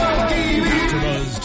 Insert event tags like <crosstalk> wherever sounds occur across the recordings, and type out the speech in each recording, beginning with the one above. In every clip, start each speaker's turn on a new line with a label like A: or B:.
A: AfterBuzz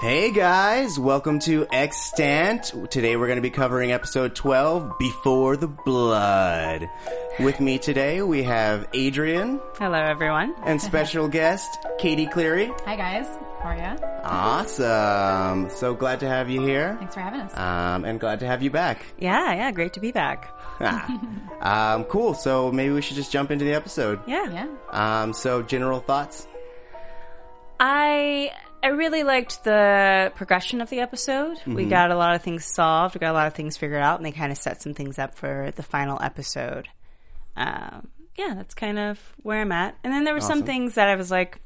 B: Hey guys, welcome to Extant. Today we're going to be covering episode 12, Before the Blood. With me today we have Adrian
C: Hello, everyone.
B: and special guest Katie Cleary.
D: Hi guys, how are ya?
B: Awesome. So glad to have you here.
D: Thanks for having us.
B: Um, and glad to have you back.
C: Yeah, yeah, great to be back.
B: Ah. um, cool. So maybe we should just jump into the episode.
C: Yeah.
D: yeah,
B: Um, so general thoughts?
C: I I really liked the progression of the episode. We got a lot of things solved, we got a lot of things figured out, and they kind of set some things up for the final episode. Um, yeah, that's kind of where I'm at. And then there were some things that I was like,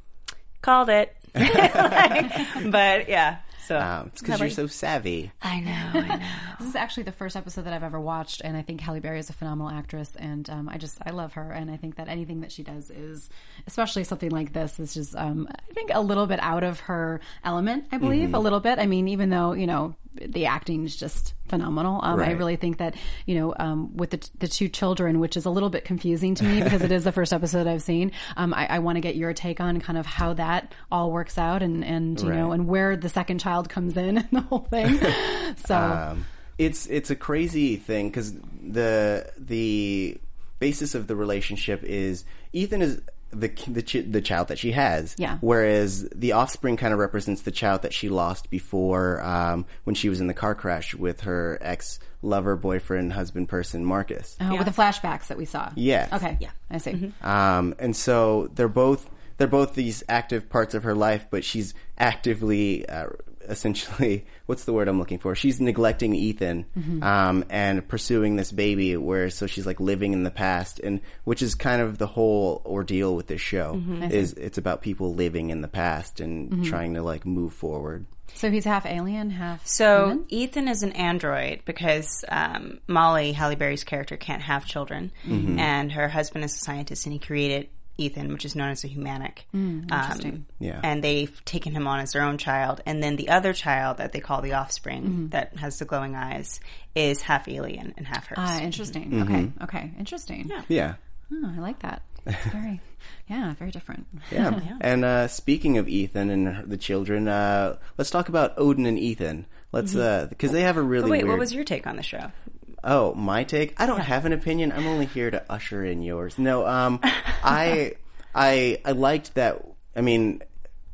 C: called it. <laughs> Like, but yeah, so
B: Um, it's because you're so savvy.
C: I know, I know.
D: this is actually the first episode that I've ever watched, and I think Halle Berry is a phenomenal actress, and um, I just I love her, and I think that anything that she does is, especially something like this, is just um, I think a little bit out of her element. I believe
B: Mm-hmm.
D: a little bit. I mean, even though you know the acting is just phenomenal, um, I
B: Right.
D: really think that you know um, with the, the two children, which is a little bit confusing
B: <laughs>
D: to me because it is the first episode I've seen. Um, I, I want to get your take on kind of how that all works out, and and you know,
B: Right.
D: and where the second child comes in and the whole
B: <laughs>
D: thing. So.
B: Um, it's it's a crazy thing because the the basis of the relationship is Ethan is the ki- the chi- the child that she has,
D: Yeah.
B: Whereas the offspring kind of represents the child that she lost before um, when she was in the car crash with her ex lover, boyfriend, husband, person, Marcus.
D: Oh, with the flashbacks that we saw.
B: Yeah.
D: Okay. Yeah. I see.
C: Mm-hmm.
B: Um, and so they're both they're both these active parts of her life, but she's actively uh, essentially <laughs> what's the word I'm looking for? She's neglecting Ethan
C: Mm-hmm.
B: um, and pursuing this baby, where so she's like living in the past, and which is kind of the whole ordeal with this show
C: Mm-hmm.
B: is it's about people living in the past and trying to like move forward.
D: So he's half alien, half.
C: So Ethan is an android because um, Molly Halle Berry's character can't have children,
B: Mm-hmm.
C: and her husband is a scientist, and he created Ethan, which is known as a humanic.
D: Mm,
C: um,
B: Yeah.
C: And they've taken him on as their own child, and then the other child that they call the offspring
D: Mm-hmm.
C: that has the glowing eyes is half alien and half hers.
D: Ah, interesting.
B: Mm-hmm.
D: Okay. Okay. Interesting. Yeah.
B: Yeah.
D: Oh, I like that.
B: <laughs>
D: It's very, yeah, very different.
B: Yeah. And uh, speaking of Ethan and her- the children, uh, let's talk about Odin and Ethan. Let's, uh 'cause because they have a really
C: But Mm-hmm. Oh, wait,
B: weird...
C: what was your take on the show?
B: Oh, my take? I don't have an opinion. I'm only here to usher in yours. No, um, I, I, I liked that. I mean,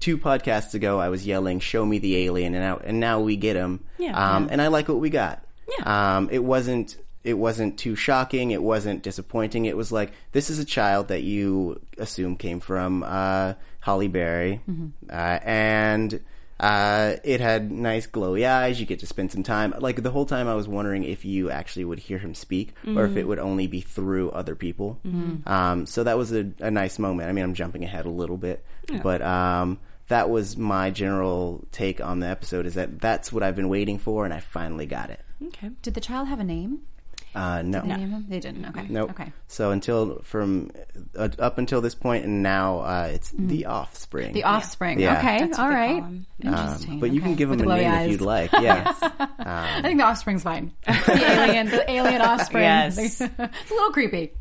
B: two podcasts ago, I was yelling, "Show me the alien," and now, and now we get him.
C: Yeah.
B: Um, and I like what we got. Yeah. Um, it wasn't. It wasn't too shocking. It wasn't disappointing. It was like this is a child that you assume came from uh, Holly Berry, uh, and uh, it had nice glowy eyes. You get to spend some time. Like the whole time, I was wondering if you actually would hear him speak, or if it would only be through other people. Um, so that was a, a nice moment. I mean, I'm jumping ahead a little bit, but um, that was my general take on the episode. Is that that's what I've been waiting for, and I finally got it.
C: Okay.
D: Did the child have a name?
B: Uh, no,
D: Name him? They didn't. Okay.
B: Nope.
D: Okay.
B: So until from uh, up until this point, and now uh, it's the offspring.
D: Mm-hmm. The offspring.
B: Yeah. Um,
D: Okay.
C: That's what
D: All
C: they call
D: right.
C: him.
D: Interesting.
B: but you
D: Okay.
B: can give
D: With
B: them a
D: glowy
B: name
D: eyes.
B: if you'd like.
D: <laughs>
B: Yeah.
D: I think the
B: <laughs>
D: offspring's fine. the alien, the alien offspring.
C: Yes.
D: <laughs> it's a
C: <laughs>
D: little creepy.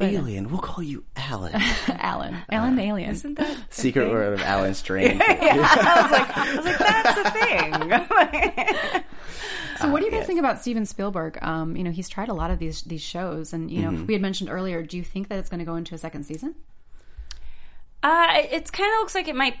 B: Alien. We'll call you
D: <laughs>
B: Alan.
D: Alan, Alan the alien.
C: Isn't that
B: Secret word of Alan
D: <laughs>
B: Strange.
C: I was like, that's a thing.
D: So, what do you guys think about Steven Spielberg? Um, you know, he's tried a lot of these these shows, and you know,
B: Mm-hmm.
D: we had mentioned earlier. Do you think that it's going to go into a second season?
C: Uh, it- it's kind of looks like it might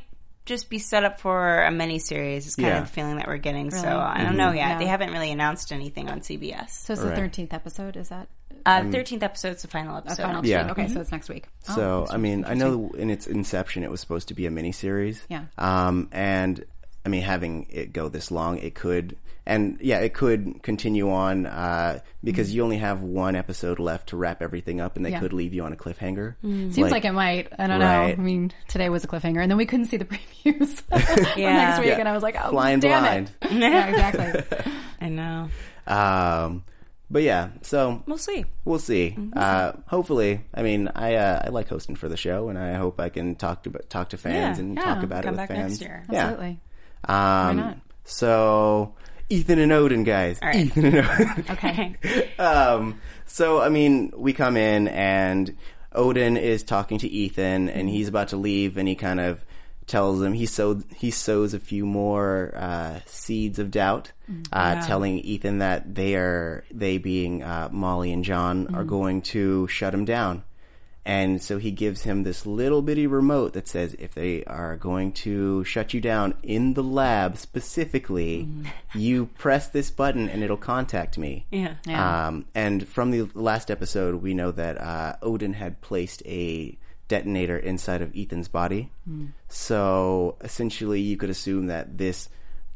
C: just be set up for a mini series. It's kind
B: Yeah.
C: of the feeling that we're getting. So I don't know yet.
D: Yeah.
C: They haven't really announced anything on CBS.
D: So it's
B: Right.
D: the thirteenth episode. Is that
C: Uh, Thirteenth episode's the final episode.
D: final?
B: Yeah. Mm-hmm.
D: Yeah. Okay, so it's next week. Oh,
B: So
D: that's
B: I mean, I know in its inception it was supposed to be a miniseries.
D: Yeah.
B: Um, and I mean, having it go this long, it could, and yeah, it could continue on uh, because you only have one episode left to wrap everything up, and they
D: Mm-hmm. Yeah. Mm.
B: could leave you on a cliffhanger.
D: Seems like, it might. I don't
B: Right.
D: know. I mean, today was a cliffhanger, and then we couldn't see the <laughs> previews yeah. next week,
B: Yeah.
D: and I was like, oh,
B: Flying
D: damn
B: blind.
D: it. <laughs> yeah, exactly.
C: I know.
B: Um, but yeah, so
C: We'll see.
B: We'll see.
D: Mm-hmm.
B: Uh, hopefully, I mean, I uh, I like hosting for the show, and I hope I can talk to talk to fans
C: Yeah,
B: and
D: yeah,
B: talk about
C: come
B: it with
C: back
B: fans.
C: next year.
B: <laughs> Yeah.
D: Absolutely.
B: Um,
D: not?
B: So, Ethan and Odin, guys.
C: right.
B: Ethan and Odin.
D: Okay.
B: um, so I mean, we come in and Odin is talking to Ethan, and he's about to leave, and he kind of tells him he sowed he sows a few more uh, seeds of doubt, uh, telling Ethan that they are they being uh, Molly and John are going to shut him down. And so he gives him this little bitty remote that says, if they are going to shut you down in the lab specifically, you press this button and it'll contact me.
C: <laughs> Yeah.
B: Um, and from the last episode, we know that uh, Odin had placed a detonator inside of Ethan's body.
C: Hmm.
B: So essentially, you could assume that this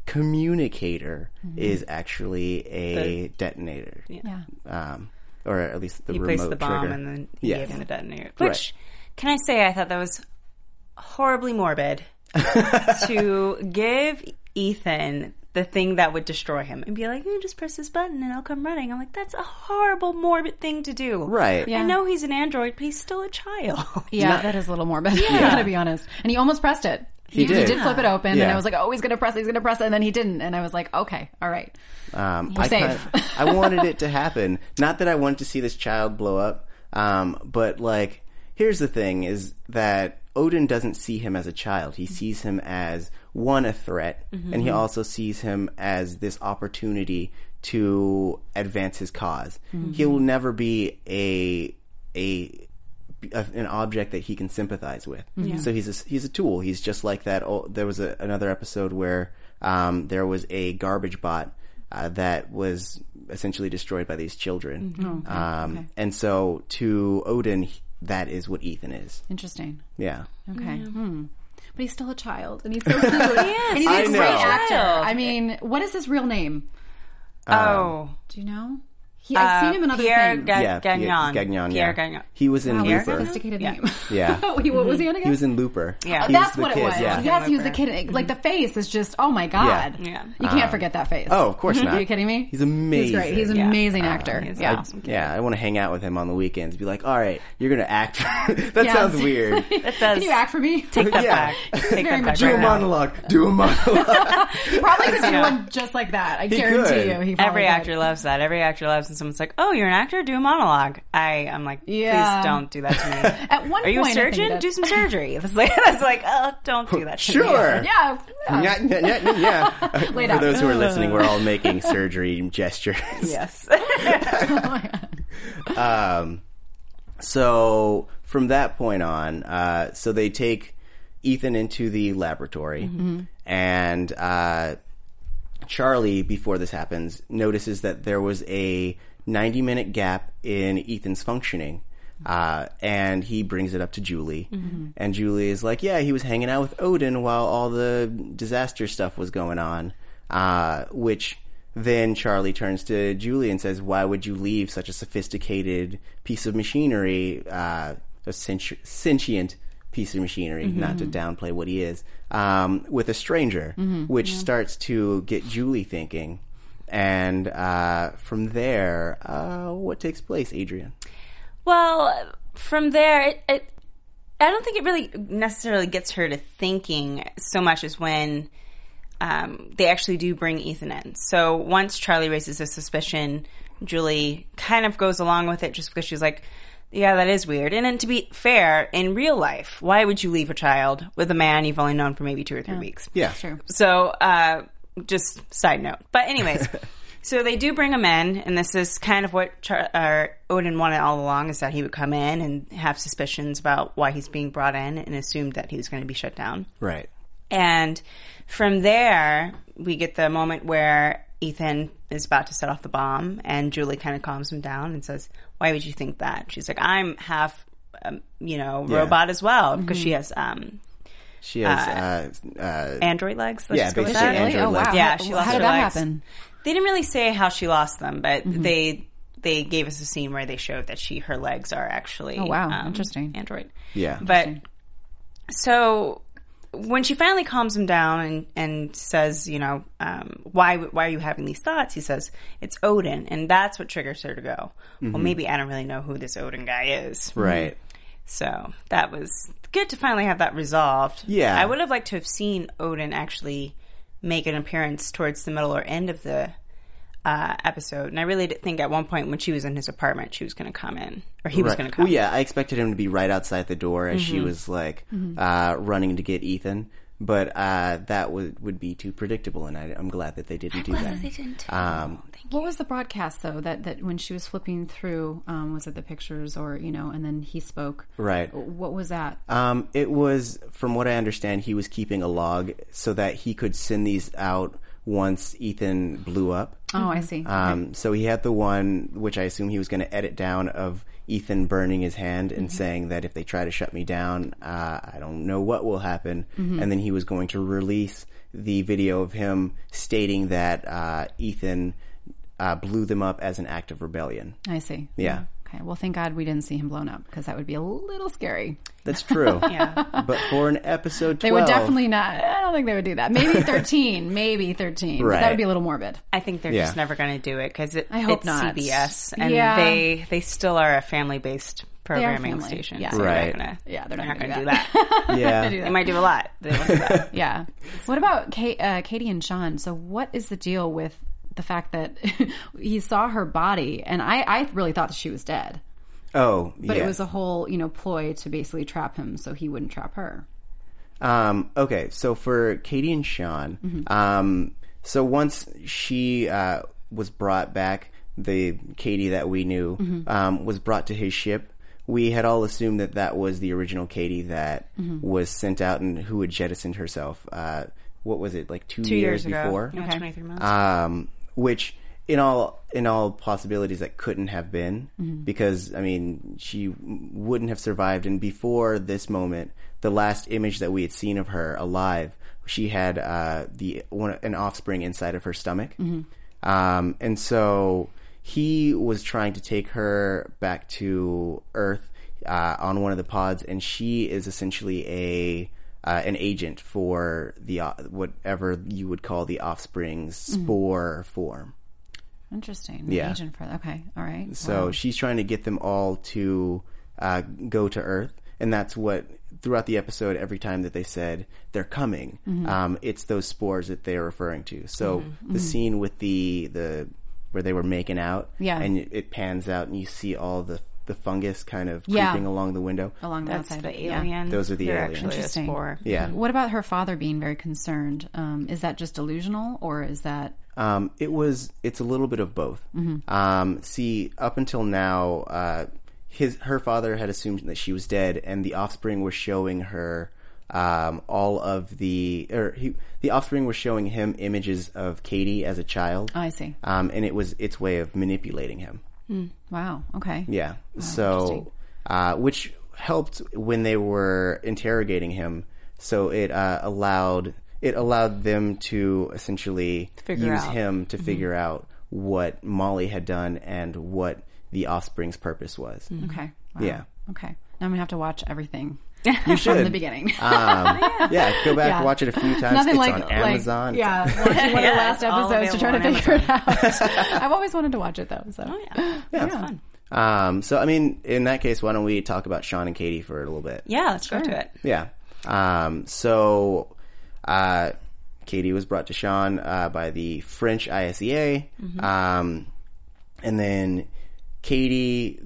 B: communicator
C: Mm-hmm.
B: is actually a detonator,
D: Yeah.
B: um, or at least the
C: He
B: remote
C: placed the bomb
B: trigger.
C: and then he
B: Yes.
C: gave him the detonator. Which, can I say, I thought that was
B: <laughs>
C: horribly morbid to give Ethan the thing that would destroy him and be like, you just press this button and I'll come running. I'm like, that's a horrible, morbid thing to do.
B: right?
D: Yeah.
C: I know he's an android, but he's still a
D: <laughs>
C: child.
D: Yeah, that is a little <laughs> morbid. I gotta be honest. And he almost pressed it. He,
B: did.
D: flip it open, and
B: Yeah.
D: I was like, oh, he's gonna press it, he's gonna press it, and then he didn't. And I was like, okay, all right.
B: Um, I
D: safe.
B: kind of- I wanted it to happen. Not that I wanted to see this child blow up, um, but like, here's the thing: is that Odin doesn't see him as a child. He sees him as one a threat, and he also sees him as this opportunity to advance his because He will never be a a a, an object that he can sympathize with.
D: Mm-hmm.
B: So he's a, he's a tool. He's just like that. Oh, there was a, another episode where um, there was a garbage bot uh, that was essentially destroyed by these children.
D: Mm-hmm. Oh,
B: Um, And so to Odin, he- that is what Ethan is.
D: Interesting.
B: Yeah.
D: Okay. Hmm. But he's still a child,
C: <laughs>
D: and he's so cute. and he's
B: I
D: a
B: know.
D: great actor.
C: Child.
D: I mean, what is his real name?
C: oh.
D: Do you know? He, I've
C: Uh,
D: seen him in other
C: Pierre
D: things.
C: Ga-
B: Um, Yeah.
C: Gagnon.
B: Gagnon.
C: Pierre
B: yeah.
C: Gagnon.
B: He was in
D: Wow, what a
B: Looper.
D: sophisticated
C: Yeah.
D: name. <laughs>
B: Yeah.
D: Wait, what was he on again?
B: He was in Looper.
C: Yeah. Oh,
B: He
D: That's
B: the
D: what
B: kid,
D: it was.
B: Yeah. Mm-hmm.
D: Yes, he was the kid. Like the face is just, oh my god.
C: Yeah.
D: You can't forget that face.
B: Oh, of course not.
D: <laughs> Are you kidding me?
B: He's amazing.
D: He's great. He's an
C: Yeah. Uh,
D: amazing actor.
C: he's
D: yeah.
C: awesome.
B: Yeah, I want to hang out with him on the weekends. Be like, all right, you're gonna act. <laughs> that sounds
D: <laughs>
B: weird.
C: That does.
D: Can you act for me?
C: <laughs> Take that
B: Yeah.
C: back. Take
D: Very
C: that
D: much
C: back
B: Do a
C: right now.
B: monologue. Do a
C: <laughs>
B: monologue.
D: Probably because he looked just like that. I guarantee
B: could.
D: you. He probably
C: Every
D: could.
C: actor loves that. Every actor loves when someone's like, "Oh, you're an actor? Do a monologue." I, I'm like,
D: Yeah.
C: please don't do that
D: <laughs>
C: to me.
D: At one
C: Are you a
D: point, I think
C: surgeon?
D: that-
C: Do some surgery. <laughs> It's like, it's like, oh, don't do that. to me.
B: Sure.
D: Yeah. yeah.
B: Yeah, yeah, yeah, yeah.
D: Laid
B: For
D: out.
B: those who are listening, we're all making surgery gestures.
C: Yes. <laughs>
B: Um, so from that point on, uh, so they take Ethan into the laboratory, and uh, Charlie, before this happens, notices that there was a 90 minute gap in Ethan's functioning. Uh, and he brings it up to Julie. And Julie is like, Yeah, he was hanging out with Odin while all the disaster stuff was going on. Uh, which then Charlie turns to Julie and says, Why would you leave such a sophisticated piece of machinery, uh, a senti- sentient piece of machinery, not to downplay what he is, um, with a stranger, which starts to get Julie thinking. And uh, from there, uh, what takes place, Adrian?
C: Well, from there, it, it, I don't think it really necessarily gets her to thinking so much as when um, they actually do bring Ethan in. So once Charlie raises a suspicion, Julie kind of goes along with it just because she's like, yeah, that is weird. And then to be fair, in real life, why would you leave a child with a man you've only known for maybe two or three weeks?
B: Yeah.
D: True.
C: So, uh, just side note. But anyways,
B: <laughs>
C: so they do bring him in, and this is kind of what Char- uh, Odin wanted all along: is that he would come in and have suspicions about why he's being brought in, and assumed that he was going to be shut down.
B: Right.
C: And from there, we get the moment where Ethan is about to set off the bomb, and Julie kind of calms him down and says, "Why would you think that?" She's like, "I'm half, um, you know, robot as well because she has um,
B: She has uh, uh,
C: Android legs. Let's
B: Yeah,
C: just go with
B: basically
C: that.
B: Android
D: Oh wow!
B: legs.
C: Yeah,
D: How-
C: she lost
D: how
C: her
D: did that
C: legs.
D: happen?
C: They didn't really say how she lost them, but
D: Mm-hmm.
C: they they gave us a scene where they showed that she her legs are actually um,
D: Oh, wow. Interesting.
C: android.
B: yeah.
C: But so when she finally calms him down and, and says, you know, um, why why are you having these thoughts? He says it's Odin, and that's what triggers her to go. Well, maybe I don't really know who this Odin guy is.
B: right.
C: So that was good to finally have that resolved.
B: Yeah.
C: I would have liked to have seen Odin actually make an appearance towards the middle or end of the uh, episode, and I really did think at one point when she was in his apartment, she was going to come in, or he was
B: Right.
C: going to come.
B: Well, yeah, I expected him to be right outside the door as she was like uh, running to get Ethan, but uh, that would would be too predictable, and I, I'm glad that they didn't do that. They didn't. Um,
D: What was the broadcast though? That that when she was flipping through, um, was it the pictures or you know? And then he spoke.
B: right.
D: What was that?
B: Um, it was, from what I understand, he was keeping a log so that he could send these out once Ethan blew up.
D: oh, I see.
B: Um, so he had the one, which I assume he was going to edit down, of Ethan burning his hand
D: Mm-hmm.
B: and saying that if they try to shut me down, uh, I don't know what will happen.
D: Mm-hmm.
B: And then he was going to release the video of him stating that uh, Ethan uh, blew them up as an act of rebellion.
D: I see.
B: Yeah.
D: Okay. Well, thank God we didn't see him blown up because that would be a little scary.
B: That's
D: <laughs>
B: true.
C: Yeah.
B: But for an episode 12.
D: They would definitely not. I don't think they would do
B: <laughs>
D: that. Maybe thirteen. maybe thirteen. But that
B: Right.
D: would be a little morbid.
C: I think they're just
B: Yeah.
C: never going to do it because it,
D: I hope
C: it's
D: not.
C: CBS, and
D: Yeah.
C: they they still are a family based programming
D: family.
C: station.
D: Yeah.
C: so
B: Right.
C: They're not gonna,
D: Yeah, they're not
C: not
D: gonna
C: going to do
D: do
C: that.
D: <laughs>
B: Yeah.
C: <laughs> they might do a lot.
B: <laughs>
C: They won't do that.
D: Yeah. What about Kate, uh, Katie and Sean? So, what is the deal with the fact that <laughs> he saw her body, and I, I really thought that she was dead,
B: Oh,
D: but
B: yeah.
D: it was a whole, you know, ploy to basically trap him so he wouldn't trap her.
B: Um, okay, so for Katie and Sean,
C: Mm-hmm.
B: um, so once she uh, was brought back, the Katie that we knew
C: Mm-hmm.
B: um, was brought to his ship. We had all assumed that that was the original Katie that
C: Mm-hmm.
B: was sent out and who had jettisoned herself. Uh, what was it like two,
C: Two years, ago,
B: before?
C: Yeah, 23 months.
B: um, which in all in all possibilities that couldn't have been because I mean she wouldn't have survived. And before this moment, the last image that we had seen of her alive, she had uh, the one, an offspring inside of her stomach, um, and so he was trying to take her back to Earth uh, on one of the pods, and she is essentially a uh, an agent for the uh, whatever you would call the offspring's
D: Mm-hmm.
B: spore form.
D: Interesting.
B: Yeah.
D: Agent for okay, all right.
B: So she's trying to get them all to uh, go to Earth, and that's what throughout the episode. Every time that they said they're coming,
D: Mm-hmm.
B: um, it's those spores that they're referring to. So the scene with the the where they were making out,
D: Yeah.
B: and it, it pans out, and you see all the the fungus kind of
D: Yeah.
B: creeping along the window.
D: along Mm-hmm. the
C: That's
D: outside.
C: the
D: Yeah.
C: alien.
B: Those are the
C: They're
B: aliens.
C: actually a
D: Interesting.
C: spore.
B: Yeah.
D: What about her father being very concerned? Um, is that just delusional, or is that
B: Um, it was. It's a little bit of both.
D: Mm-hmm.
B: Um, see, up until now, uh, his her father had assumed that she was dead, and the offspring was showing her um, all of the or he, the offspring was showing him images of Katie as a child.
D: oh, I see.
B: Um, and it was its way of manipulating him.
D: Wow. Okay.
B: Yeah.
D: Oh,
B: so, uh, which helped when they were interrogating him. So it uh, allowed it allowed them to essentially
C: figure
B: use
C: out.
B: him
D: Mm-hmm.
B: to figure out what Molly had done and what the offspring's purpose was.
D: Okay. Mm-hmm. Wow. <laughs>
B: Yeah.
D: Okay. Now I'm gonna have to watch everything
B: You
D: from
B: should.
D: the beginning. <laughs>
B: Um, yeah, go back
D: Oh, Yeah.
B: watch it a few times.
D: Nothing
B: it's
D: like
B: on
D: like-
B: Amazon. It's-
D: yeah, watching
B: <laughs>
D: one of the last
C: all
D: episodes to try to
C: available
D: figure it out. <laughs> I've always wanted to watch it though. So
C: Oh, yeah.
B: yeah.
D: fun.
B: Um, so I mean, in that case, why don't we talk about Sean and Katie for a little bit?
C: Yeah, let's go to it.
B: Yeah. Um, so, uh, Katie was brought to Sean uh, by the French ISEA, um, and then Katie,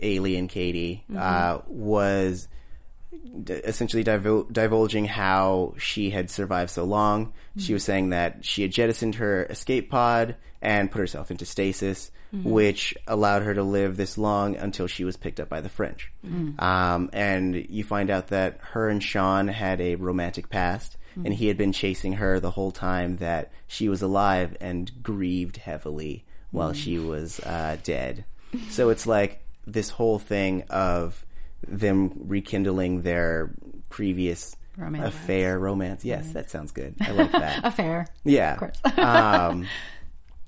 B: alien Katie, uh, was d- essentially divul- divulging how she had survived so long. She was saying that she had jettisoned her escape pod and put herself into stasis, which allowed her to live this long until she was picked up by the French. Um, and you find out that her and Sean had a romantic past. And he had been chasing her the whole time that she was alive and grieved heavily while she was uh, dead. So it's like this whole thing of them rekindling their previous
D: Romance.
B: a fair romance. Yes, that sounds good. I like that.
D: Affair.
B: Yeah.
D: Of course.
B: <laughs> um,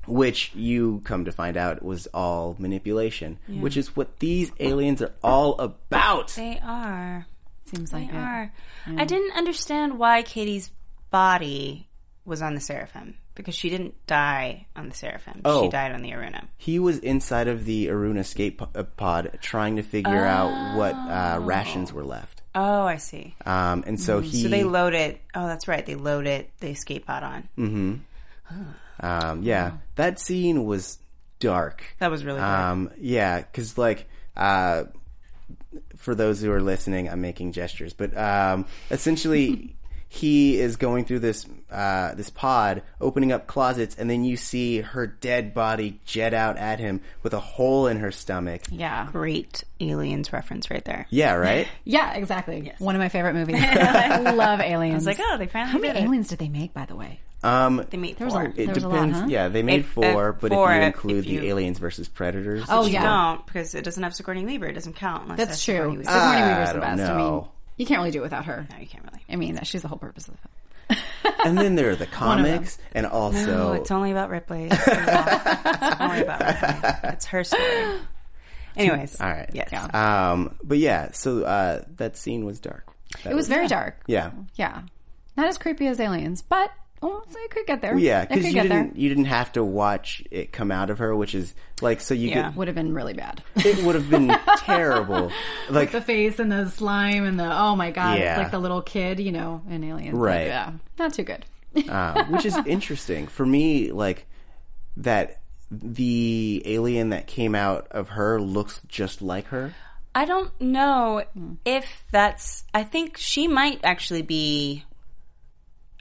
B: which you come to find out was all manipulation, which is what these aliens are all about.
C: They are.
D: Seems like
C: They
D: it.
C: are. I didn't understand why Katie's body was on the Seraphim because she didn't die on the Seraphim.
B: Oh.
C: She died on the Aruna.
B: He was inside of the Aruna escape po- uh, pod trying to figure out what uh, rations were left.
C: Oh, I see.
B: Um, and so he,
C: So they load it. Oh, that's right. They load it. They skate pod on.
D: Mm.
B: um, yeah, that scene was dark.
C: That was really good.
D: Ah.
B: Um, yeah, because like uh, for those who are listening, I'm making gestures, but um,
D: <laughs>
B: essentially. He is going through this uh, this pod, opening up closets, and then you see her dead body jet out at him with a hole in her stomach.
D: Yeah.
C: Great aliens reference right there.
B: Yeah,
D: <laughs>
B: right.
D: Yeah, exactly. One of my favorite <laughs> movies. I love aliens.
C: It's like, oh, they finally
D: How many
C: did it.
D: aliens did they make, by the way?
B: Um,
C: They meet
D: There was
C: four.
D: a-
B: It
D: There was lot,
B: depends.
D: huh?
B: Yeah, they made
C: It- uh,
B: four, but
C: four,
B: if you
C: if
B: include
C: you-
B: the Aliens versus Predators,
D: Oh,
B: which
D: yeah.
C: Don't because it doesn't have Sigourney Weaver. It doesn't count. Unless
D: That's
C: Sigourney
D: true.
C: Weaver.
D: Sigourney Weaver's
B: I
D: the
B: don't
D: best. I mean,
B: know.
D: you can't really do it without her.
C: no, you can't really.
D: I mean, that's she's the whole purpose of the film.
B: and then there are
D: <laughs>
B: the comics, and
C: Oh,
B: also
C: it's only
B: <laughs>
C: about Ripley. It's only about Ripley. It's
B: <laughs>
C: her story. Anyways,
B: all right,
C: Yes.
B: Um, but yeah, so uh, that scene was dark. That
D: It was very dark.
B: yeah,
D: Yeah. Not as creepy as aliens, but oh, so it could get there.
B: yeah,
D: It could
B: because you
D: get
B: didn't
D: there.
B: you didn't have to watch it come out of her, which is like so you
C: Yeah.
D: Would have been really bad.
B: could it would have
C: <laughs>
B: been terrible, like
D: <laughs> the face and the slime and the oh my god,
B: Yeah.
D: it's like the little kid, you know, in aliens. Like,
B: Right.
D: yeah. Not too good. <laughs>
B: uh, which is interesting for me. Like that, the alien that came out of her looks just like her.
C: I don't know if that's. I think she might actually be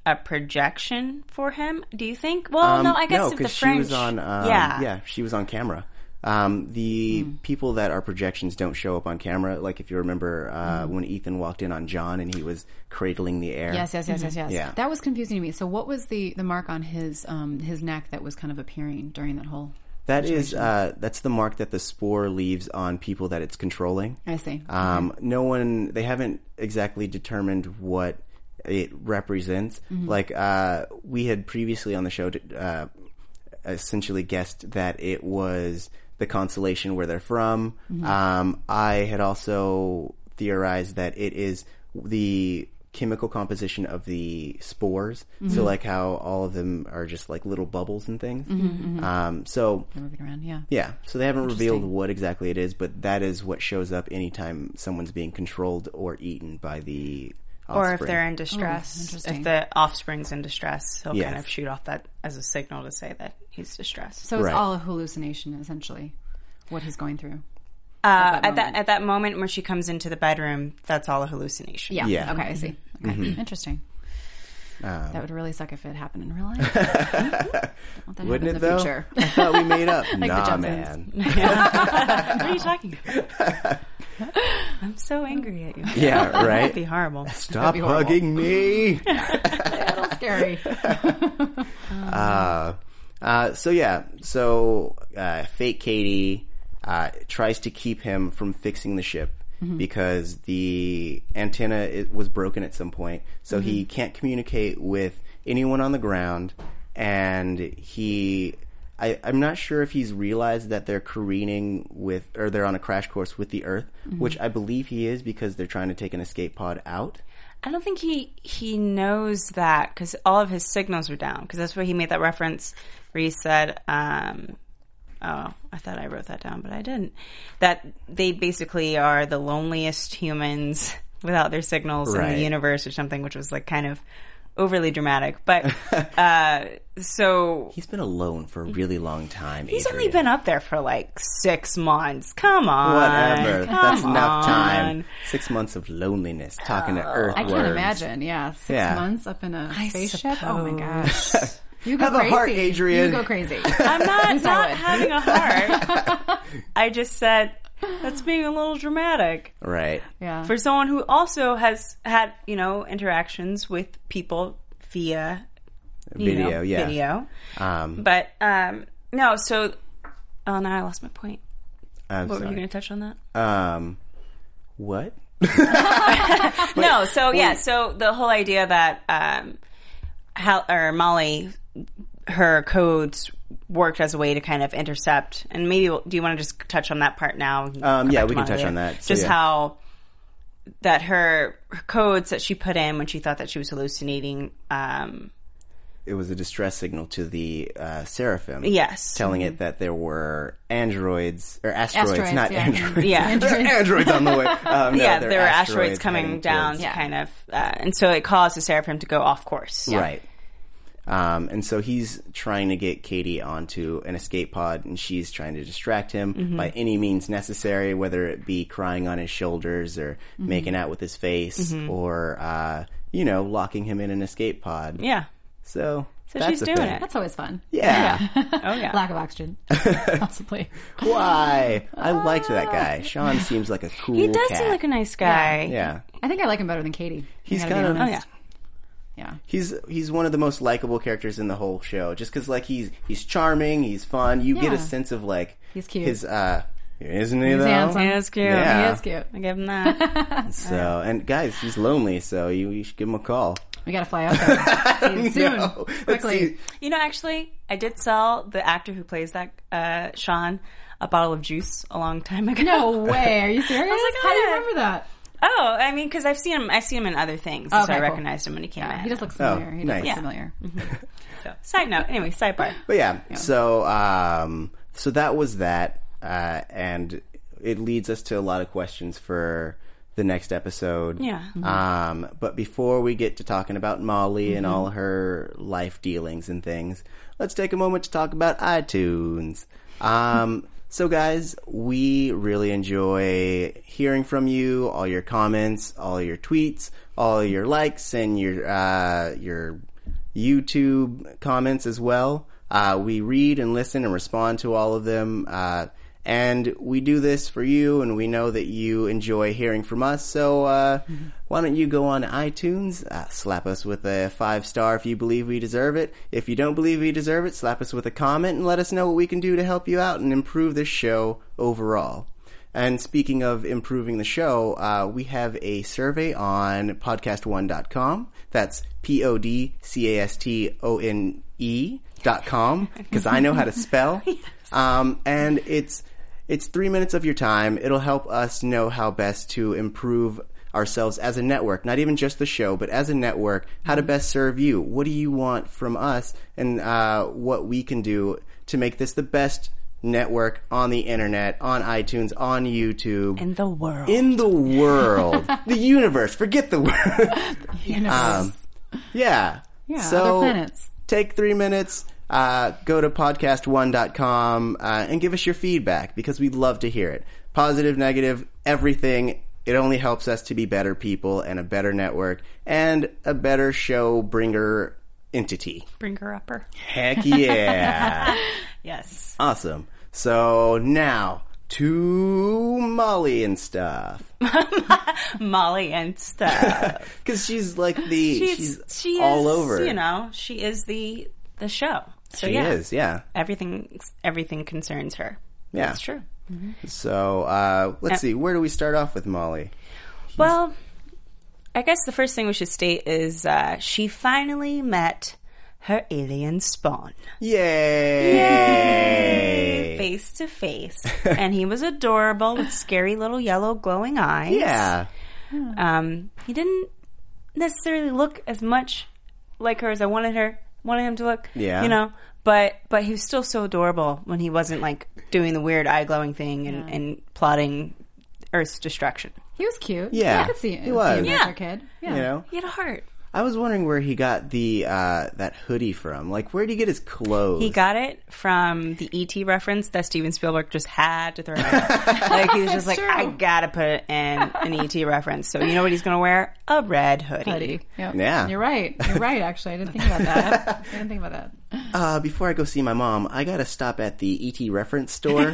C: a projection for him. Do you think? Well, Oh, no, I guess if the
B: because Um, she
C: French.
B: was on. Um, yeah,
C: yeah, Hmm.
B: she was on camera. Um, the people that are projections don't show up on camera. Like if you remember uh,
C: Hmm.
B: when Ethan walked in on John and he was cradling the air.
D: Yes, yes, yes, yes, yes.
B: Yeah.
D: That was confusing to me. So what was the, the mark on his um his neck that was kind of appearing during that whole
B: that is uh, that's the mark that the spore leaves on people that it's controlling.
D: I see.
B: Um, No one, they haven't exactly determined what it represents. Like, uh, we had previously on the show, uh, essentially guessed that it was the constellation where they're from. Um, I had also theorized that it is the chemical composition of the spores. So, like, how all of them are just like little bubbles and things. Um, so,
D: Moving around, yeah.
B: yeah, so they haven't revealed what exactly it is, but that is what shows up anytime someone's being controlled or eaten by the offspring.
C: or if they're in distress, if
D: interesting.
C: the offspring's in distress, he'll
B: Yes.
C: kind of shoot off that as a signal to say that he's distressed.
D: So it's
B: Right.
D: all a hallucination, essentially, what he's going through.
C: uh, at that at that moment when she comes into the bedroom, that's all a hallucination.
D: Yeah.
B: Yeah. Mm-hmm. Um,
D: Okay, I see. Okay, interesting. that would really suck if it happened in real
B: <laughs>
D: life. I don't want that to happen
B: Wouldn't
D: in
B: it
D: the
B: though?
D: future. <laughs>
B: I <laughs> thought we made
C: <laughs>
B: up.
D: the
B: nah, man.
D: Jetsons.
C: What are you talking about? I'm so angry <laughs> at you.
B: Yeah,
C: That'd be
B: right.
C: horrible.
B: Stop
D: be horrible.
B: hugging
C: <laughs>
B: me.
D: a
B: <laughs>
D: little scary.
B: Uh, uh, so yeah, so uh, fake Katie uh, tries to keep him from fixing the ship
C: Mm-hmm.
B: because the antenna it was broken at some point, so
C: Mm-hmm.
B: he can't communicate with anyone on the ground, and he. I, I'm not sure if he's realized that they're careening with, or they're on a crash course with the Earth,
C: Mm-hmm.
B: which I believe he is because they're trying to take an escape pod out.
C: I don't think he he knows that because all of his signals are down. Because that's where he made that reference where he said, um, "Oh, I thought I wrote that down, but I didn't." That they basically are the loneliest humans without their signals in
B: Right.
C: the universe, or something, which was like kind of overly dramatic. <laughs> But uh, so
B: He's been alone for a really long time.
C: He's only
B: Adrian.
C: been up there for like six months. Come on.
B: Whatever.
C: Come
B: That's enough
C: on. Oh,
B: time. Six months of loneliness talking to Earth.
D: I can't imagine. Yeah, six
B: Yeah.
D: months up in a spaceship. Oh my
C: suppose.
D: gosh.
B: <laughs>
D: You go
B: Have a
D: crazy.
B: heart, Adrian.
D: You go
B: <laughs>
D: crazy.
C: I'm not,
D: I
C: not
D: would.
C: having a heart. I just said that's being a little dramatic
B: Right.
D: yeah.
C: for someone who also has had, you know, interactions with people via you
B: Video,
C: know,
B: yeah.
C: Video.
B: Um,
C: But um no, so oh now I lost my point.
B: I'm
C: What were
B: sorry.
C: you gonna touch on that?
B: Um, what?
C: no, so yeah, so the whole idea that um, Hal or Molly, her codes worked as a way to kind of intercept, and maybe we'll- do you want to just touch on that part now? and
B: Um,
C: come
B: yeah,
C: back
B: we can
C: to Molly
B: touch on
C: later?
B: that. So,
C: Just
B: yeah.
C: how that her, her codes that she put in when she thought that she was hallucinating. Um,
B: It was a distress signal to the uh, seraphim.
C: Yes.
B: telling it that there were androids or asteroids,
D: Asteroids,
B: not
D: yeah.
B: androids. <laughs>
C: Yeah.
B: there are androids on
C: <laughs>
B: the way. Um, no,
C: yeah,
B: they're
C: there were asteroids
B: asteroids
C: coming
B: heading
C: down
B: towards-
C: to
D: Yeah.
C: kind of, uh, and so it caused the seraphim to go off course.
B: Right. Um, and so he's trying to get Katie onto an escape pod, and she's trying to distract him
C: Mm-hmm.
B: by any means necessary, whether it be crying on his shoulders or
C: Mm-hmm.
B: making out with his face or, uh, you know, locking him in an escape pod.
C: Yeah.
B: So,
C: So
B: that's
C: she's
B: a
C: doing
B: thing.
C: it.
D: That's always fun.
B: Yeah.
C: <laughs> Oh yeah.
D: Lack
B: <laughs>
D: of oxygen, possibly.
B: Why? I liked that guy.
C: <laughs>
B: Sean seems like a cool
C: he does
B: cat.
C: seem like a nice guy.
B: Yeah.
D: I think I like him better than Katie.
B: He's Oh,
D: I gotta
B: kind
D: be
B: of-
C: Oh
D: honest.
C: yeah.
D: yeah.
B: he's he's one of the most likable characters in the whole show just because like he's he's charming he's fun you get a
D: Yeah.
B: sense of like
D: He's cute.
B: his uh isn't he though
D: handsome.
C: He is cute.
B: Yeah.
D: He is cute.
C: I give him that.
B: so and guys he's lonely so you, you should give him a call <laughs>
D: We gotta fly out there See you soon,
B: No, that's
D: quickly.
B: the-
C: you know, actually, I did sell the actor who plays that uh, Sean a bottle of juice a long time ago.
D: No way.
B: <laughs>
D: Are you serious?
C: like,
D: How do
C: oh,
D: you
C: yeah.
D: remember that?
C: <laughs> Oh, I mean, because I've seen him. I've seen him in other things, and so
D: Okay,
C: I
D: cool.
C: recognized him when he came in.
D: He just looks
B: Oh,
D: familiar. he
B: nice.
D: does
B: Yeah.
D: look familiar. <laughs>
C: So, side note. Anyway, sidebar.
B: but yeah, so um so that was that uh and it leads us to a lot of questions for the next episode
C: Yeah.
B: Um, but before we get to talking about Molly and all her life dealings and things, let's take a moment to talk about iTunes. Um, so, guys, we really enjoy hearing from you, all your comments, all your tweets, all your likes, and your uh, your YouTube comments as well. Uh, we read and listen and respond to all of them. Uh, and we do this for you, and we know that you enjoy hearing from us. So uh, why don't you go on iTunes, uh, slap us with a five star if you believe we deserve it. If you don't believe we deserve it, slap us with a comment and let us know what we can do to help you out and improve this show overall. And speaking of improving the show, uh, we have a survey on podcast1.com. That's P O D C A S T O N E dot com because I know how to spell. Um, and it's it's three minutes of your time. It'll help us know how best to improve ourselves as a network, not even just the show, but as a network, how to best serve you. What do you want from us, and uh, what we can do to make this the best network on the internet, on iTunes, on YouTube,
C: In the world.
B: in the world, the universe. Forget the world. Um, yeah.
D: Yeah,
B: So
D: other planets.
B: Take three minutes. Uh, go to podcast1.com uh, and give us your feedback because we'd love to hear it. Positive, negative, everything. It only helps us to be better people and a better network and a better show bringer entity.
C: Bring her upper. <laughs>
B: Heck yeah.
C: Yes.
B: awesome. So now to Molly and stuff.
C: Molly and stuff.
B: Because she's like the she's,
C: She's, she is
B: all over.
C: You know, she is the the show. So
B: she
C: yeah,
B: is. Yeah,
C: everything everything concerns her.
B: yeah.
C: That's true.
B: So uh, let's see. Where do we start off with Molly?
C: Well, I guess the first thing we should state is uh, she finally met her alien spawn
B: Yay!
C: face
B: <laughs>
C: to face, and he was adorable with scary little yellow glowing eyes.
B: Yeah.
C: um, he didn't necessarily look as much like her as I wanted her wanted him to look.
B: Yeah.
C: you know. But but he was still so adorable when he wasn't like doing the weird eye glowing thing and, and plotting Earth's destruction.
D: He was cute.
B: Yeah,
D: I could see,
B: he
D: see
B: was.
D: him
C: Yeah.
D: as her kid. Yeah.
B: You know,
C: He had a heart.
B: I was wondering where he got the uh, that hoodie from. Like, where did he get his clothes?
C: He got it from the ET reference that Steven Spielberg just had to
D: <laughs>
C: throw out. like he was just like,
D: true.
C: I gotta put it in an ET reference. So you know what he's gonna wear? A red hoodie.
D: Buddy. Yep.
B: Yeah.
D: You're right.
B: <laughs>
D: You're right, actually. I didn't think about that. I didn't think about that.
B: uh, before I go see my mom. I gotta stop at the ET reference
C: <laughs>
B: store.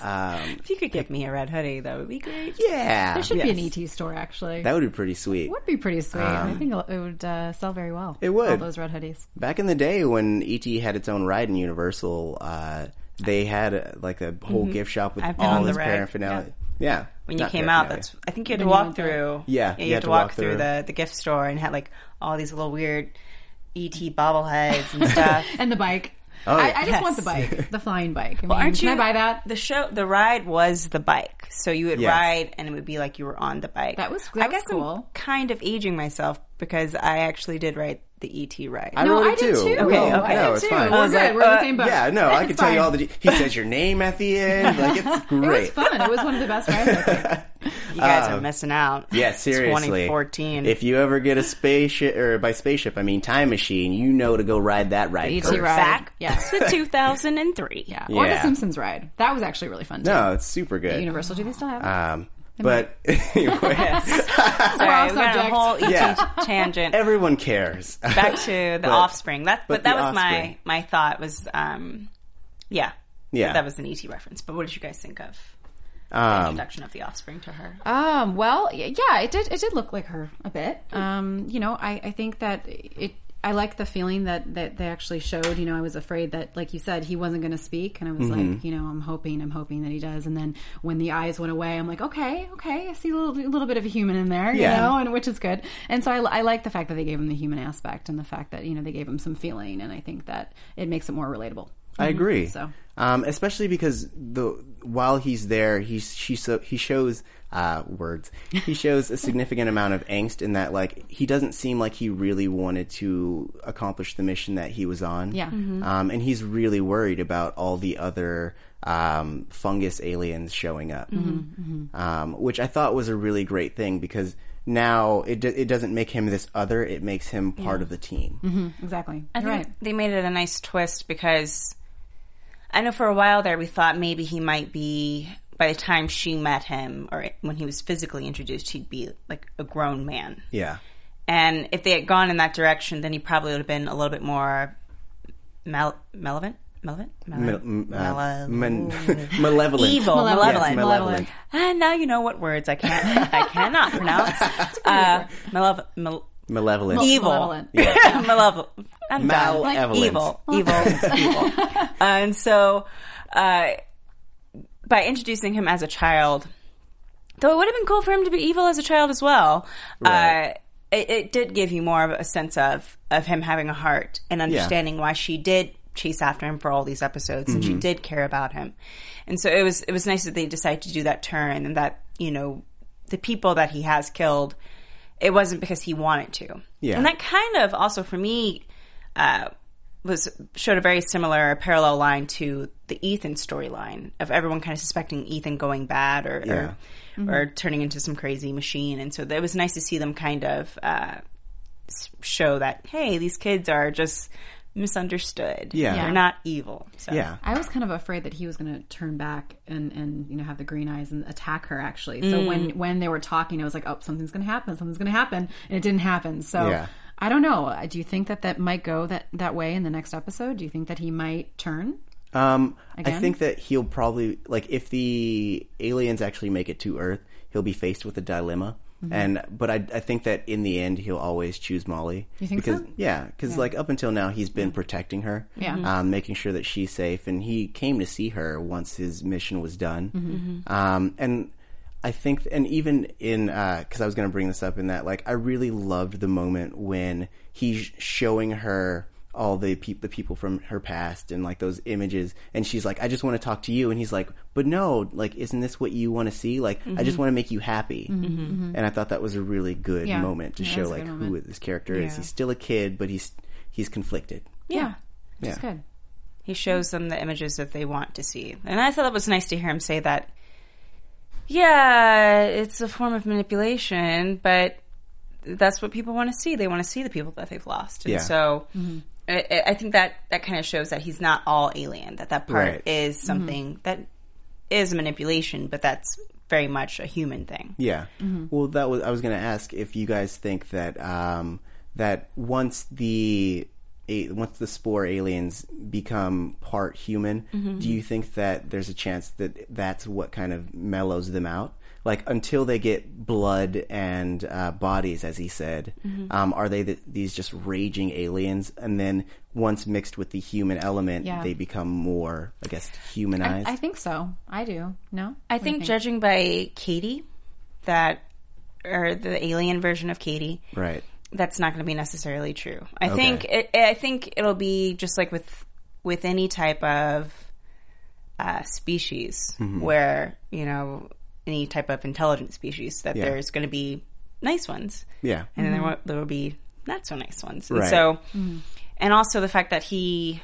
B: um,
C: If you could give me a red hoodie, that would be great.
B: yeah,
D: There should be an ET store, actually.
B: that would be pretty sweet.
D: would be pretty sweet. I think it would uh, sell very well.
B: It would.
D: All those red hoodies.
B: Back in the day when ET had its own ride in Universal, uh, they had uh, like a whole gift shop with
C: Mm-hmm. I've been
B: all
C: on the
B: his
C: ride,
B: paraphernalia. Yeah.
C: When you
B: Not
C: came
B: yet,
C: out,
B: no,
C: that's I think you had to
D: When you
C: walk
D: went
C: through.
B: Yeah,
C: you, had to walk through,
B: through.
C: the the gift store and had like all these little weird ET bobbleheads and <laughs> stuff.
D: and the bike.
B: Oh,
D: I,
B: yeah.
D: I just
C: Yes.
D: want the bike, the flying bike. I mean,
C: Well, aren't you?
D: Can I buy that?
C: The show, the ride was the bike, so you would
B: Yes.
C: ride, and it would be like you were on the bike.
D: That was-
C: I
D: that was
C: guess I'm
D: cool.
C: kind of aging myself because I actually did ride the ET ride.
B: I
D: No,
B: wrote
D: I
B: it
D: did
B: too.
D: too.
B: We all-
C: okay.
B: No,
D: I did
B: it's
D: too.
B: fine.
D: We're
C: was
D: good.
C: like,
D: We're in the
C: uh,
D: same
B: <laughs>
D: boat.
B: Yeah, no, I
D: It's
B: could tell you
D: fine.
B: all the. de- He says your name at the end. Like it's
D: <laughs> It was
B: great.
D: fun. It was one of the best rides. I
B: <laughs>
D: think.
C: you guys are missing out.
B: uh, Yeah, seriously.
C: 2014.
B: If you ever get a spaceship, or by spaceship I mean time machine, you know to go ride that ride
D: ET
B: first.
D: E ride.
C: back <laughs>
D: Yes.
C: to 2003.
D: Yeah. Or the
B: Yeah.
D: Simpsons ride. That was actually really fun too.
B: No, it's super good.
D: Universal, do they still have? it?
B: Um, but anyway,
C: Sorry,
D: off
C: we got a
D: subject.
C: whole
B: <laughs>
C: ET
D: <laughs>
B: Yeah. <laughs>
C: tangent.
B: everyone cares.
C: back to the offspring. That,
B: but
C: but, that
B: the
C: was my
B: offspring.
C: my thought was, um, yeah,
B: Yeah.
C: that was an ET reference. But what did you guys think of
B: <laughs>
C: the
B: Um,
C: introduction of the offspring to her?
D: Um, well, y- yeah, it did. It did look like her a bit. Um, you know, I, I think that it. I like the feeling that that they actually showed. You know, I was afraid that, like you said, he wasn't going to speak, and I was
B: Mm-hmm.
D: like, you know, I'm hoping, I'm hoping that he does. And then when the eyes went away, I'm like, okay, okay, I see a little, a little bit of a human in there, you
B: Yeah.
D: know, and which is good. And so I, I like the fact that they gave him the human aspect and the fact that you know they gave him some feeling, and I think that it makes it more relatable.
B: I agree.
D: Mm-hmm. So.
B: Um, especially because the while he's there, he's she so he shows uh, words. He shows a
D: <laughs>
B: significant amount of angst in that, like he doesn't seem like he really wanted to accomplish the mission that he was on.
D: Yeah. Mhm.
B: um, and he's really worried about all the other um, fungus aliens showing up,
D: Mm-hmm.
B: Um, which I thought was a really great thing because now it do- it doesn't make him this other; it makes him part of the team.
D: Mm-hmm. Exactly.
C: I
D: You're
C: think
D: right.
C: they made it a nice twist because I know for a while there we thought maybe he might be by the time she met him or when he was physically introduced he'd be like a grown man.
B: Yeah,
C: And if they had gone in that direction, then he probably would have been a little bit more mal- malevolent, malevolent,
B: Mil-
C: malevolent,
B: m- uh,
C: Male-
B: man- <laughs> malevolent,
C: evil,
B: Yes,
C: malevolent.
B: malevolent.
C: And now you know what words I can't, I cannot pronounce. uh, malevolent, mal-
B: Malevolent.
C: evil,
D: Malevolent.
C: <laughs> malevolent. I'm done.
B: Malevolent.
C: evil, evil, evil. Uh, <laughs> and so, uh, by introducing him as a child, though it would have been cool for him to be evil as a child as well. Uh,
B: Right.
C: it, it did give you more of a sense of of him having a heart and understanding why she did chase after him for all these episodes and she did care about him. And so it was it was nice that they decided to do that turn and that you know the people that he has killed it wasn't because he wanted to.
B: Yeah.
C: And that kind of also for me uh, was showed a very similar parallel line to the Ethan storyline of everyone kind of suspecting Ethan going bad or
B: Yeah.
C: or, or turning into some crazy machine. And so it was nice to see them kind of uh, s- show that hey, these kids are just misunderstood.
B: Yeah. Yeah.
C: they're not evil. So.
B: Yeah.
D: I was kind of afraid that he was going to turn back and and you know have the green eyes and attack her actually. So
B: Mm.
D: when when they were talking, I was like, oh, something's going to happen. Something's going to happen, and it didn't happen. So
B: Yeah.
D: I don't know. Uh, Do you think that that might go that that way in the next episode? Do you think that he might turn?
B: Um, I
D: Again?
B: think that he'll probably like if the aliens actually make it to Earth, he'll be faced with a dilemma. And but I, I think that in the end he'll always choose Molly. You
D: think
B: because
D: so?
B: yeah, because like up until now he's been protecting her,
D: Yeah. Mhm.
B: um, making sure that she's safe, and he came to see her once his mission was done. Um, and I think, and even in because I was going to bring this up in that like I really loved the moment when he's showing her all the peop the people from her past and like those images and she's like I just want to talk to you and he's like but no like isn't this what you want to see like I
D: Mm-hmm.
B: just want to make you happy and I thought that was a really good
D: Yeah.
B: moment to
D: Yeah,
B: show
D: that's a
B: like
D: good
B: who this character is he's still a kid but he's he's conflicted
D: Yeah,
B: yeah
D: it's good.
C: He shows them the images that they want to see. And I thought that was nice to hear him say that. Yeah, it's a form of manipulation, but that's what people want to see. They want to see the people that they've lost. And
B: Yeah.
C: so I, I- I think that, that kind of shows that he's not all alien, that that part
B: Right.
C: is something that is manipulation, but that's very much a human thing.
B: Yeah. Well, that was I was going to ask if you guys think that um, that once the a, once the spore aliens become Mm-hmm. part human, do you think that there's a chance that that's what kind of mellows them out? like until they get blood and uh, bodies, as he said, um, are they th these just raging aliens? And then once mixed with the human element,
D: Yeah.
B: they become more, I guess, humanized.
D: I think so. I do. No,
C: I think, judging by Katie, that or the alien version of Katie,
B: right.
C: that's not going to be necessarily true. I think it, I think it'll be just like with with any type of uh, species where you know any type of intelligent species that there's going to be nice ones,
B: Yeah.
C: and then there will, there will be not so nice ones. And
B: Mm-hmm. Right. Mm-hmm.
C: So, and also the fact that he,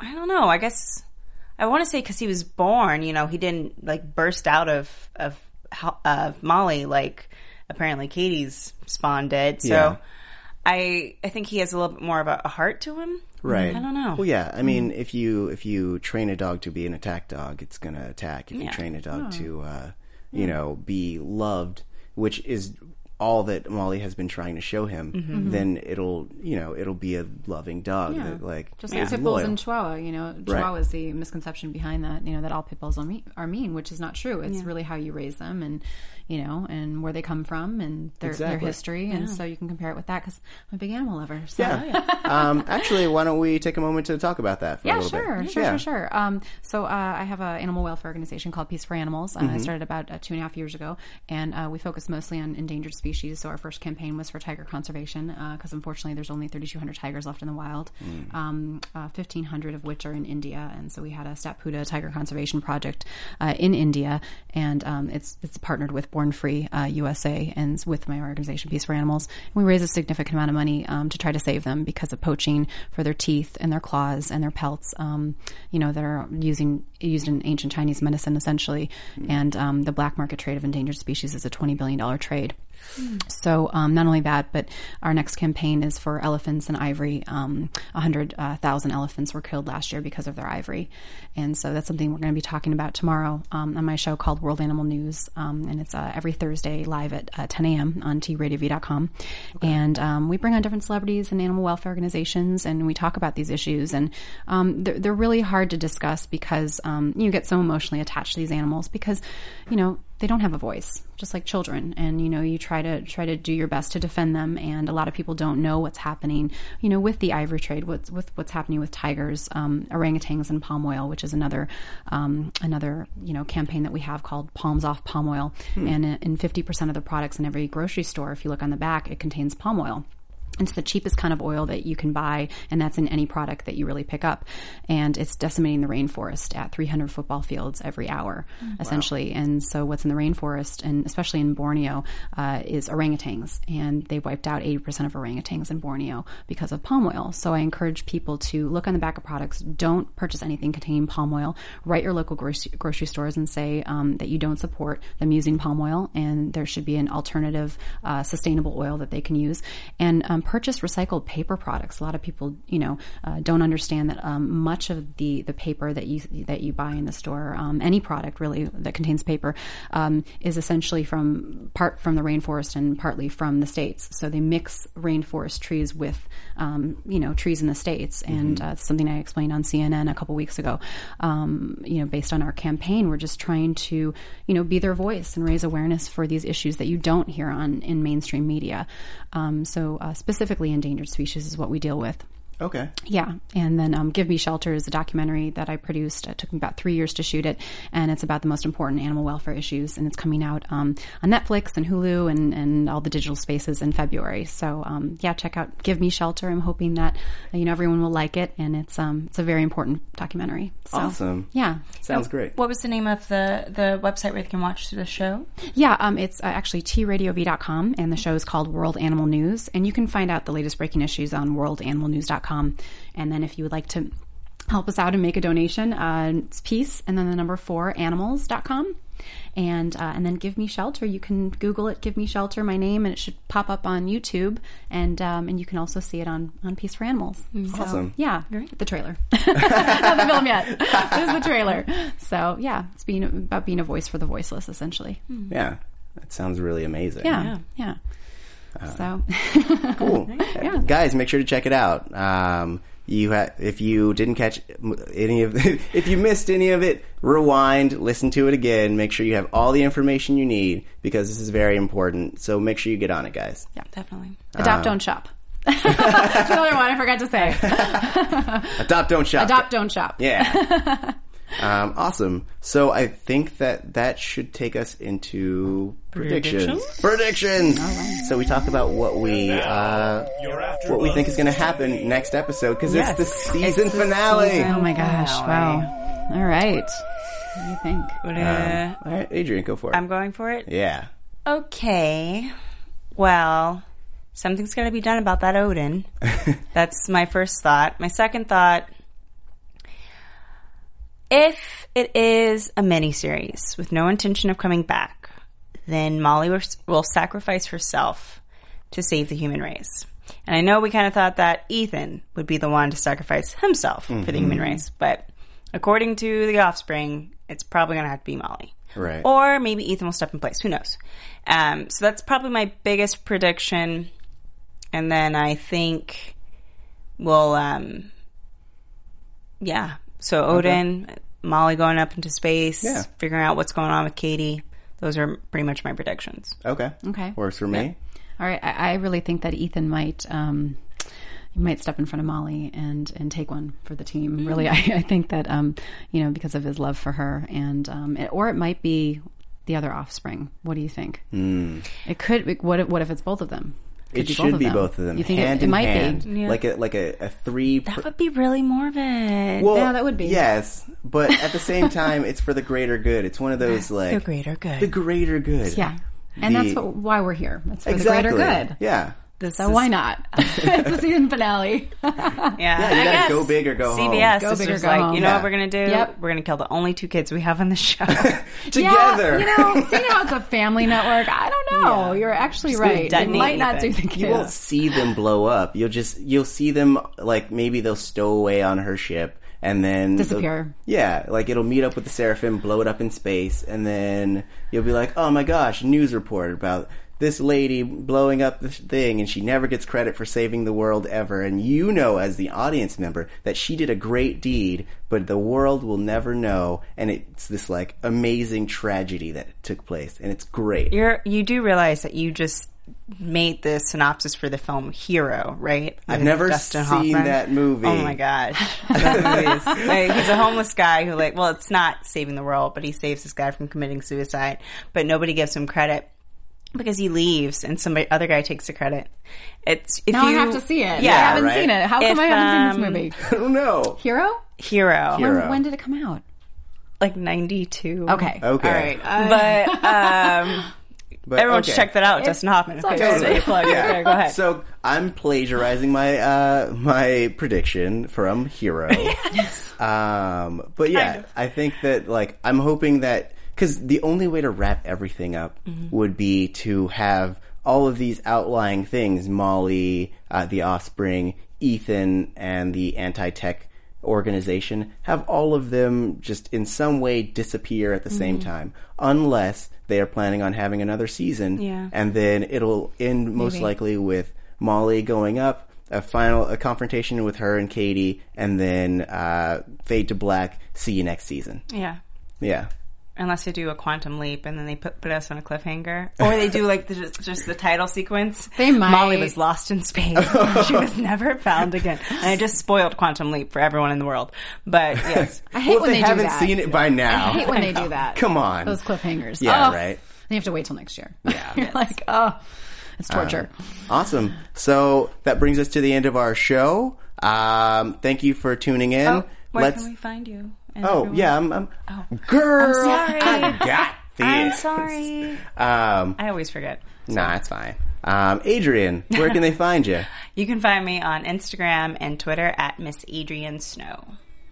C: I don't know. I guess I want to say because he was born, you know, he didn't like burst out of of ho- of Molly like apparently Katie's spawn did. So.
B: Yeah.
C: I, I think he has a little bit more of a, a heart to him.
B: Right.
C: I don't know.
B: Well, yeah. I mean,
D: Mm-hmm.
B: if you if you train a dog to be an attack dog, it's gonna attack. If you
C: Yeah.
B: train a dog to, uh, you know, be loved, which is all that Molly has been trying to show him,
D: Mm-hmm.
B: then it'll you know it'll be a loving dog that like
D: Just
B: is
D: like pit bulls
B: loyal.
D: and Chihuahua, you know, Chihuahua is the misconception behind that, you know, that all pit bulls are mean, are mean which is not true. It's really how you raise them and, you know, and where they come from and their, their
B: Exactly.
D: history. And so you can compare it with that because I'm a big animal lover. So.
B: yeah. <laughs> um, actually, why don't we take a moment to talk about that for a
D: Yeah,
B: little
D: sure,
B: bit?
D: sure, sure, sure. Um, so uh, I have an animal welfare organization called Peace for Animals. Uh, I started about uh, two and a half years ago, and uh, we focus mostly on endangered species. So our first campaign was for tiger conservation, because unfortunately there's only 3,200 tigers left in the wild, um, uh, 1,500 of which are in India. And so we had a Stapuda tiger conservation project uh, in India, and um, it's it's partnered with Born Free uh, USA and with my organization Peace for Animals. And we raise a significant amount of money um, to try to save them because of poaching for their teeth and their claws and their pelts, um, you know, that are using used in ancient Chinese medicine essentially. And um, the black market trade of endangered species is a twenty billion dollar trade. So um, not only that, but our next campaign is for elephants and ivory. Um, 100,000 elephants were killed last year because of their ivory. And so that's something we're going to be talking about tomorrow um, on my show called World Animal News. Um, and it's uh, every Thursday live at uh, 10 a.m. on tradioV.com. And um, we bring on different celebrities and animal welfare organizations and we talk about these issues. And um, they're, they're really hard to discuss because um, you get so emotionally attached to these animals because, you know, they don't have a voice just like children and you know you try to try to do your best to defend them and a lot of people don't know what's happening you know with the ivory trade what's with what's happening with tigers um, orangutans and palm oil which is another um, another you know campaign that we have called palms off palm oil and uh, in- in 50% of the products in every grocery store if you look on the back it contains palm oil it's the cheapest kind of oil that you can buy, and that's in any product that you really pick up. And it's decimating the rainforest at 300 football fields every hour, essentially. And so, what's in the rainforest, and especially in Borneo, uh, is orangutans. And they wiped out 80% of orangutans in Borneo because of palm oil. So, I encourage people to look on the back of products. Don't purchase anything containing palm oil. Write your local grocery, grocery stores and say um, that you don't support them using palm oil, and there should be an alternative, uh, sustainable oil that they can use and um, purchase recycled paper products. A lot of people, you know, uh, don't understand that um, much of the the paper that you that you buy in the store, um, any product really that contains paper, um, is essentially from part from the rainforest and partly from the states. So they mix rainforest trees with, um, you know, trees in the states, and uh, it's something I explained on CNN a couple weeks ago. Um, you know, based on our campaign, we're just trying to, you know, be their voice and raise awareness for these issues that you don't hear on in mainstream media. Um, so uh, specifically, endangered species is what we deal with.
B: Okay.
D: Yeah, and then um, "Give Me Shelter" is a documentary that I produced. It took me about three years to shoot it, and it's about the most important animal welfare issues. And it's coming out um, on Netflix and Hulu and, and all the digital spaces in February. So um, yeah, check out "Give Me Shelter." I'm hoping that you know everyone will like it, and it's um, it's a very important documentary. So,
B: Awesome.
D: Yeah,
B: Sounds great.
C: What was the name of the, the website where you can watch the show?
D: Yeah, um, it's uh, actually tradiob.com, and the show is called World Animal News. And you can find out the latest breaking issues on worldanimalnews.com. And then if you would like to help us out and make a donation, uh, it's peace, and then the number four, animals.com. And, uh, and then Give Me Shelter. You can Google it, Give Me Shelter, my name, and it should pop up on YouTube. And, um, and you can also see it on, on Peace for Animals. So,
B: Awesome.
D: yeah, the trailer. <laughs> Not the film yet. This is the trailer. So, yeah, it's being about being a voice for the voiceless, essentially.
B: Yeah. That sounds really amazing.
D: Yeah, yeah. So
B: Uh, Cool. Guys, make sure to check it out. Um, You ha- if you didn't catch m- any of <laughs> if you missed any of it, rewind, listen to it again. Make sure you have all the information you need because this is very important. So make sure you get on it, guys.
C: Definitely.
B: Uh,
D: Adopt, don't shop. <laughs> That's another one I forgot to
B: <laughs>
D: say.
B: Adopt, don't shop.
D: Adopt, don't shop.
B: Yeah. <laughs> um, awesome. So I think that that should take us into predictions. Predictions. So we talk about what we uh, what we think is going to happen next episode because it's the season finale.
D: Oh my gosh! Wow. All right. What do you think?
C: Uh,
B: All right, Adrian, go for it.
C: I'm going for it.
B: yeah.
C: Okay. Well, something's got to be done about that Odin. That's my first thought. My second thought if it is a miniseries with no intention of coming back, then Molly will- will sacrifice herself to save the human race. And I know we kind of thought that Ethan would be the one to sacrifice himself for the human race, but according to the offspring, it's probably going to have to be Molly.
B: Right.
C: Or maybe Ethan will step in place. Who knows? Um, so that's probably my biggest prediction. And then I think we'll, um, yeah. So Odin, Molly going up into space,
B: Yeah.
C: figuring out what's going on with Katie. Those are pretty much my predictions.
B: Okay.
D: Okay.
B: Works for me.
D: All right, I, I really think that Ethan might um, he might step in front of Molly and and take one for the team. Really, <laughs> I, I think that um, you know because of his love for her, and um, it, or it might be the other offspring. What do you think? Mm. It could. It, what if, what if it's both of them?
B: Hmm. It
D: Could be both
B: should
D: of
B: be
D: them.
B: both of them.
D: You think it-
B: hand
D: it
B: in
D: might be.
B: hand.
C: Yeah.
B: Like a like a, a three. pr-
C: That would be really morbid.
B: well,
D: yeah, that would be.
B: yes, but at the same time, it's for the greater good. It's one of
D: <laughs>
B: those like
C: the greater good.
B: the greater good.
D: Yeah, and
B: The-
D: that's what, why we're here. That's for
B: exactly.
D: the greater good.
B: Yeah.
D: So why not? <laughs> it's the season
B: <laughs>
D: finale.
B: you
C: yeah, I
B: gotta
C: guess
B: go big or go home.
C: CBS
D: Go
C: is
D: big or
C: just
D: go
C: like,
D: home.
C: you know
B: Yeah.
C: what we're gonna do?
D: Yep.
C: We're gonna kill the only two kids we have on the <laughs> show.
B: Together.
D: Yeah, you know, seeing how it's a family network, I don't know. You're actually right. They
C: detonate
D: might not do the
C: Ethan.
D: kids.
B: you won't see them blow up. You'll just you'll see them like maybe they'll stow away on her ship and then they'll-
D: Disappear.
B: Yeah, like it'll meet up with the Seraphim, blow it up in space, and then you'll be like, "Oh my gosh, news report about this lady blowing up this thing and she never gets credit for saving the world ever." And you know as the audience member that she did a great deed, but the world will never know and it's this like amazing tragedy that took place and it's great.
C: You're you do realize that you just made the synopsis for the film Hero, right?
B: I've
C: With
B: never seen
C: Hoffman.
B: that movie.
C: Oh my god,
D: <laughs>
C: that movie is, like, he's a homeless guy who like well, it's not saving the world, but he saves this guy from committing suicide, but nobody gives him credit. Because he leaves and somebody other guy takes the credit. It's if
D: Now
C: you
D: I have to see it.
C: Yeah,
D: I haven't
B: right?
D: seen it. How come
C: If,
D: I haven't
C: um,
D: seen this movie?
B: <laughs> I don't know.
D: Hero?
C: Hero,
B: Hero.
D: When did it come out?
C: like ninety two.
D: Okay.
B: Okay.
D: All right. Uh,
C: but um,
D: <laughs>
B: But,
C: everyone
B: okay.
C: should check that out. Dustin Hoffman. Okay,
D: all
C: so you plug it. Okay, go ahead.
B: So I'm plagiarizing my uh, my prediction from
C: <laughs>
B: Hero. Um, but yeah, I think that like I'm hoping that because the only way to wrap everything up
C: Mm-hmm.
B: would be to have all of these outlying things: Molly, uh, the offspring, Ethan, and the anti-tech organization have all of them just in some way disappear at the same
C: Mm-hmm.
B: time unless they are planning on having another season
C: Yeah.
B: and then it'll end most likely with Molly going up, a final a confrontation with her and Katie, and then uh, fade to black. See you next season.
C: yeah.
B: Yeah,
C: unless they do a quantum leap and then they put, put us on a cliffhanger or they do like the, just, just the title sequence
D: They might.
C: molly was lost in space <laughs> she was never found again and i just spoiled quantum leap for everyone in the world but yes
D: <laughs> I hate
B: well, if
D: when
B: they,
D: they, do
B: haven't
D: that.
B: seen it by now.
D: I hate when they do that.
B: <laughs> Come on,
D: Those cliffhangers.
B: Yeah,
D: Oh.
B: right.
D: They have to wait till next year. Yeah. <laughs> You're like, oh, it's
B: Uh,
D: torture.
B: Awesome. So that brings us to the end of our show. Um, thank you for tuning in.
C: oh, where
B: Let's.
C: can we find you and
B: oh
C: everyone?
B: yeah, I'm. I'm Girl,
C: sorry.
B: I got this.
C: i'm sorry
B: Um,
C: i always forget
B: nah, it's fine. Um, Adrian, where can they find you?
C: you can find me on instagram and twitter at miss adrian snow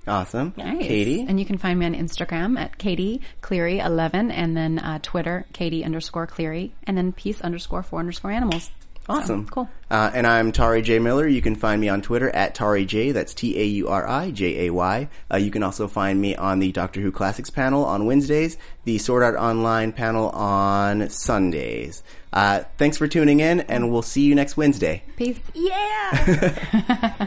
B: Awesome.
D: Nice.
B: Katie.
D: And you can find me on Instagram at Katie Cleary11 and then uh, Twitter, Katie underscore Cleary and then peace underscore four underscore animals.
B: Awesome.
D: So, cool.
B: Uh, and I'm Tari J. Miller. You can find me on Twitter at Tari J. That's T A U R I J A Y. Uh, you can also find me on the Doctor Who Classics panel on Wednesdays, the Sword Art Online panel on Sundays. Uh, thanks for tuning in, and we'll see you next Wednesday.
D: Peace.
C: yeah